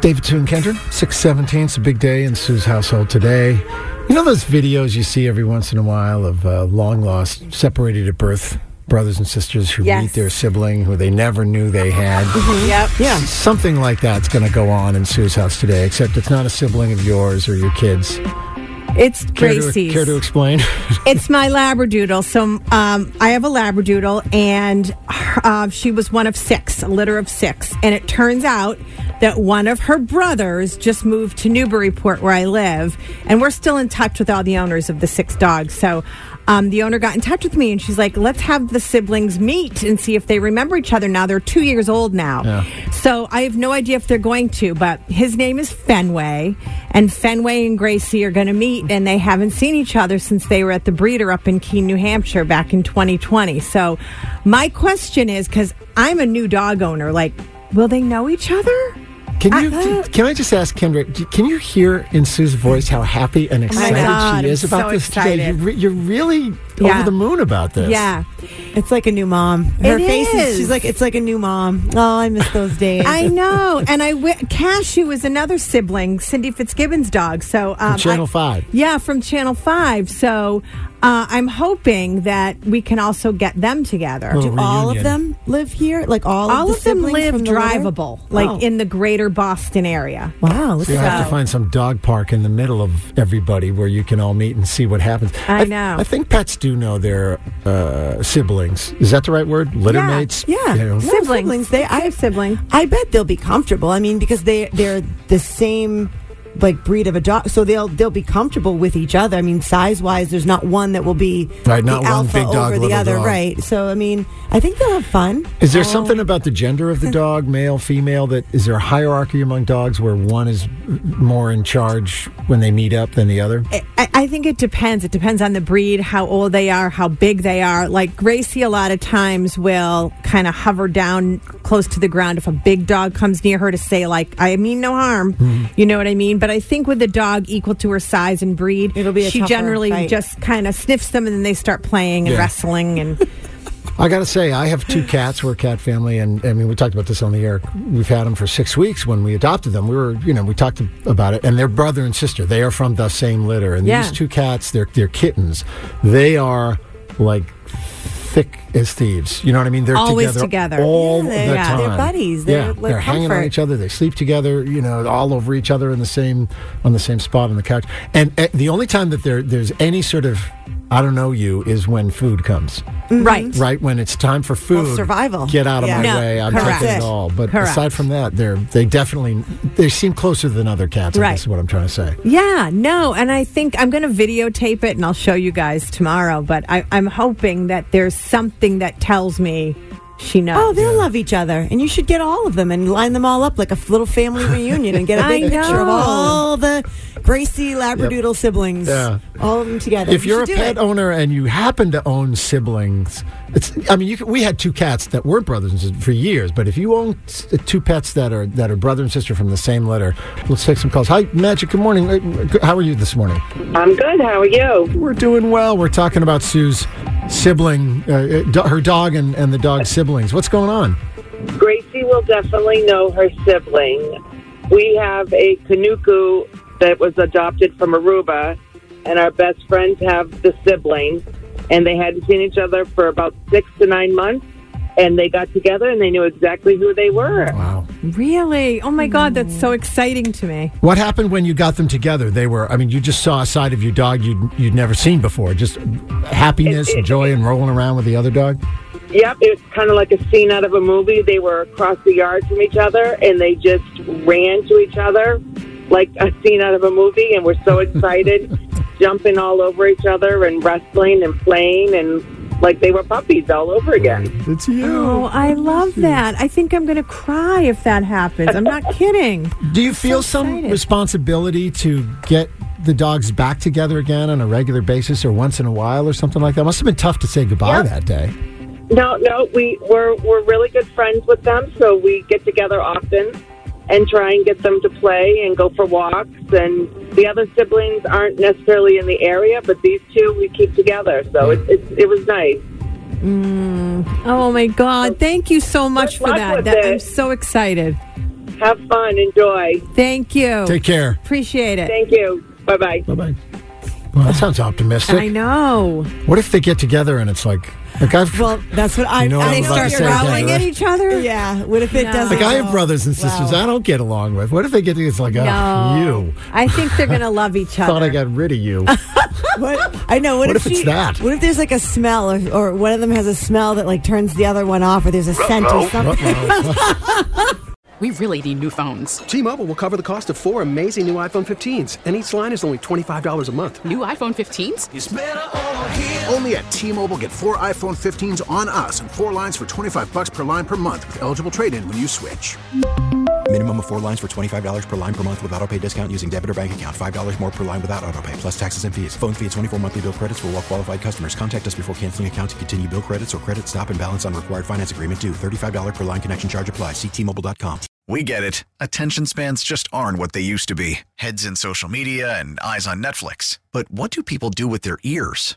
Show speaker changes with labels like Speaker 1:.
Speaker 1: David Toon Kendrick, 617. It's a big day in Sue's household today. You know those videos you see every once in a while of uh, long lost, separated at birth brothers and sisters who
Speaker 2: Yes. Mm-hmm.
Speaker 1: meet their sibling who they never knew they had?
Speaker 2: Yep.
Speaker 1: Yeah, something like that's going to go on in Sue's house today, except it's not a sibling of yours or your kids.
Speaker 2: It's
Speaker 1: Care,
Speaker 2: Gracie's.
Speaker 1: to, care to explain?
Speaker 2: It's my Labradoodle. So um, I have a Labradoodle, and uh, she was one of six, a litter of six. And it turns out that one of her brothers just moved to Newburyport, where I live, and we're still in touch with all the owners of the six dogs. So um, the owner got in touch with me, and she's like, "Let's have the siblings meet and see if they remember each other." Now they're two years old now. So I have no idea if they're going to, but his name is Fenway, and Fenway and Gracie are going to meet, and they haven't seen each other since they were at the breeder up in Keene, New Hampshire back in 2020. So my question is because I'm a new dog owner, like, will they know each other?
Speaker 1: Can you?
Speaker 2: Uh, uh.
Speaker 1: can I just ask Kendrick? do- Can you hear in Sue's voice how happy and excited
Speaker 2: Oh God,
Speaker 1: she is
Speaker 2: I'm
Speaker 1: about
Speaker 2: so
Speaker 1: this today? You
Speaker 2: excited.
Speaker 1: re- you're really
Speaker 2: Yeah.
Speaker 1: over the moon about this.
Speaker 2: Yeah.
Speaker 3: It's like a new mom. Her
Speaker 2: It
Speaker 3: face is.
Speaker 2: is.
Speaker 3: She's like, it's like a new mom. Oh, I miss those days.
Speaker 2: I know. And I, wi- Cashew was another sibling, Cindy Fitzgibbon's dog. So, um,
Speaker 1: Channel
Speaker 2: I-
Speaker 1: Five.
Speaker 2: Yeah, from Channel 5. So uh, I'm hoping that we can also get them together.
Speaker 3: Do all
Speaker 1: reunion.
Speaker 3: of them live here? Like all,
Speaker 2: All
Speaker 3: of, the
Speaker 2: of them
Speaker 3: siblings
Speaker 2: live
Speaker 3: from the litter?
Speaker 2: drivable, like
Speaker 3: Oh.
Speaker 2: in the greater Boston area.
Speaker 3: Wow, look
Speaker 1: You
Speaker 3: at
Speaker 1: have
Speaker 3: that.
Speaker 1: to find some dog park in the middle of everybody where you can all meet and see what happens.
Speaker 2: I
Speaker 1: th-
Speaker 2: know.
Speaker 1: I think pets do know their uh, siblings. Is that the right word? Litter
Speaker 2: Yeah,
Speaker 1: mates.
Speaker 3: yeah.
Speaker 1: You know.
Speaker 3: No,
Speaker 2: Siblings.
Speaker 3: siblings, they- I-
Speaker 2: have sibling.
Speaker 3: I bet they'll be comfortable. I mean, because they they're the same like breed of a dog, so they'll they'll be comfortable with each other. I mean, size wise, there's not one that will be
Speaker 1: Right, not
Speaker 3: the
Speaker 1: one
Speaker 3: alpha
Speaker 1: big dog,
Speaker 3: over the
Speaker 1: little
Speaker 3: other,
Speaker 1: dog.
Speaker 3: right? So, I mean, I think they'll have fun.
Speaker 1: Is there
Speaker 2: oh.
Speaker 1: something about the gender of the dog, male, female? That is there a hierarchy among dogs where one is more in charge when they meet up than the other?
Speaker 2: I, I think it depends. It depends on the breed, how old they are, how big they are. Like Gracie, a lot of times will kind of hover down close to the ground if a big dog comes near her to say, like, I mean no harm.
Speaker 3: Mm-hmm.
Speaker 2: You know what I mean? But I think with a dog equal to her size and breed,
Speaker 3: It'll be a
Speaker 2: she
Speaker 3: tougher
Speaker 2: generally
Speaker 3: fight.
Speaker 2: just kind of sniffs them and then they start playing and
Speaker 1: Yeah.
Speaker 2: wrestling and.
Speaker 3: Mm-hmm.
Speaker 1: I gotta say, I have two cats. We're a cat family, and I mean, we talked about this on the air. We've had them for six weeks. When we adopted them, we were, you know, we talked about it. And they're brother and sister. They are from the same litter. And
Speaker 2: Yeah.
Speaker 1: these two cats, they're they're kittens. They are like thick as thieves. You know what I mean? They're
Speaker 2: Always
Speaker 1: together,
Speaker 2: together.
Speaker 1: all
Speaker 3: Yeah, they-
Speaker 1: the
Speaker 2: yeah,
Speaker 1: time.
Speaker 3: they're buddies. They're
Speaker 1: yeah,
Speaker 3: like
Speaker 1: they're hanging on
Speaker 3: comfort.
Speaker 1: each other. They sleep together. You know, all over each other in the same on the same spot on the couch. And eh, the only time that there there's any sort of I don't know you is when food comes
Speaker 2: Right.
Speaker 1: right when it's time for food
Speaker 3: survival.
Speaker 1: get out of
Speaker 3: Yeah.
Speaker 1: my
Speaker 2: No,
Speaker 1: way i'm
Speaker 2: correct.
Speaker 1: taking it all but
Speaker 2: Correct.
Speaker 1: aside from that they're they definitely they seem closer than other cats I
Speaker 2: Right.
Speaker 1: guess is what i'm trying to say
Speaker 2: Yeah, no, and I think I'm going to videotape it and I'll show you guys tomorrow. But I, I'm hoping that there's something that tells me she knows.
Speaker 3: Oh, they'll love each other, and you should get all of them and line them all up like a f- little family reunion and get a
Speaker 2: I
Speaker 3: big picture of
Speaker 2: know.
Speaker 3: all the Gracie Labradoodle siblings,
Speaker 1: Yeah.
Speaker 3: all of them together.
Speaker 1: if
Speaker 3: You
Speaker 1: you're a
Speaker 3: should do
Speaker 1: pet
Speaker 3: it.
Speaker 1: owner and you happen to own siblings it's i mean you can, we had two cats that weren't brothers and sisters for years but if you own s- uh, two pets that are that are brother and sister from the same litter let's take some calls hi magic good morning Uh, how are you this morning
Speaker 4: I'm good. How are you?
Speaker 1: We're doing well. We're talking about Sue's sibling, uh, uh, do- her dog, and, and the dog's siblings. What's going on?
Speaker 4: Gracie will definitely know her sibling. We have a Kanuku that was adopted from Aruba, and our best friends have the sibling, and they hadn't seen each other for about six to nine months, and they got together and they knew exactly who they were.
Speaker 1: Wow.
Speaker 2: really? Oh my God, that's so exciting to me.
Speaker 1: What happened when you got them together? They were, I mean, you just saw a side of your dog you'd, you'd never seen before. Just happiness and joy and rolling around with the other dog.
Speaker 4: Yep, it was kind of like a scene out of a movie. They were across the yard from each other, and they just ran to each other like a scene out of a movie, and were so excited, jumping all over each other and wrestling and playing and like they were puppies all over again.
Speaker 1: It's you.
Speaker 2: Oh, I love that. I think I'm going to cry if that happens. I'm not kidding.
Speaker 1: Do you feel
Speaker 2: so
Speaker 1: some
Speaker 2: excited.
Speaker 1: responsibility to get the dogs back together again on a regular basis or once in a while or something like that? Must have been tough to say goodbye
Speaker 4: Yeah.
Speaker 1: that day.
Speaker 4: No, no, we we're we're really good friends with them, so we get together often and try and get them to play and go for walks. And the other siblings aren't necessarily in the area, but these two we keep together, so it it, it was nice.
Speaker 2: Oh my God. Thank you so much for
Speaker 4: luck
Speaker 2: that.
Speaker 4: with
Speaker 2: that I'm
Speaker 4: it.
Speaker 2: so excited.
Speaker 4: Have fun, enjoy.
Speaker 2: Thank you.
Speaker 1: Take care.
Speaker 2: Appreciate it.
Speaker 4: Thank you. Bye bye.
Speaker 1: Bye bye. Well, that sounds optimistic.
Speaker 2: I know.
Speaker 1: What if they get together and it's like, like I've,
Speaker 3: Well, that's what I.
Speaker 1: You know
Speaker 3: I
Speaker 1: what I'm
Speaker 2: They
Speaker 1: about
Speaker 2: start
Speaker 1: to say
Speaker 2: growling
Speaker 1: that,
Speaker 2: at
Speaker 1: right?
Speaker 2: each other.
Speaker 3: Yeah. What if it
Speaker 2: No.
Speaker 3: doesn't?
Speaker 1: like I have
Speaker 3: go?
Speaker 1: brothers and sisters
Speaker 3: Wow.
Speaker 1: I don't get along with. What if they get together? It's like, oh,
Speaker 2: No.
Speaker 1: you
Speaker 2: I think they're going to love each other.
Speaker 1: thought I got rid of you.
Speaker 3: What, I know. What,
Speaker 1: What if it's
Speaker 3: she-
Speaker 1: that?
Speaker 3: What if there's like a smell, or, or one of them has a smell that like turns the other one off, or there's a scent or something?
Speaker 5: We really need new phones.
Speaker 6: T-Mobile will cover the cost of four amazing new iPhone 15s, and each line is only $25 a month.
Speaker 5: New iPhone 15s?
Speaker 7: Only at T-Mobile, get four iPhone 15s on us and four lines for 25 bucks per line per month with eligible trade-in when you switch.
Speaker 8: Minimum of four lines for $25 per line per month with auto pay discount using debit or bank account. $5 more per line without auto pay, plus taxes and fees. Phone fee at 24 monthly bill credits for all qualified customers. Contact us before canceling account to continue bill credits or credit stop and balance on required finance agreement due. $35 per line connection charge apply. Ctmobile.com.
Speaker 9: We get it. Attention spans just aren't what they used to be heads in social media and eyes on Netflix. But what do people do with their ears?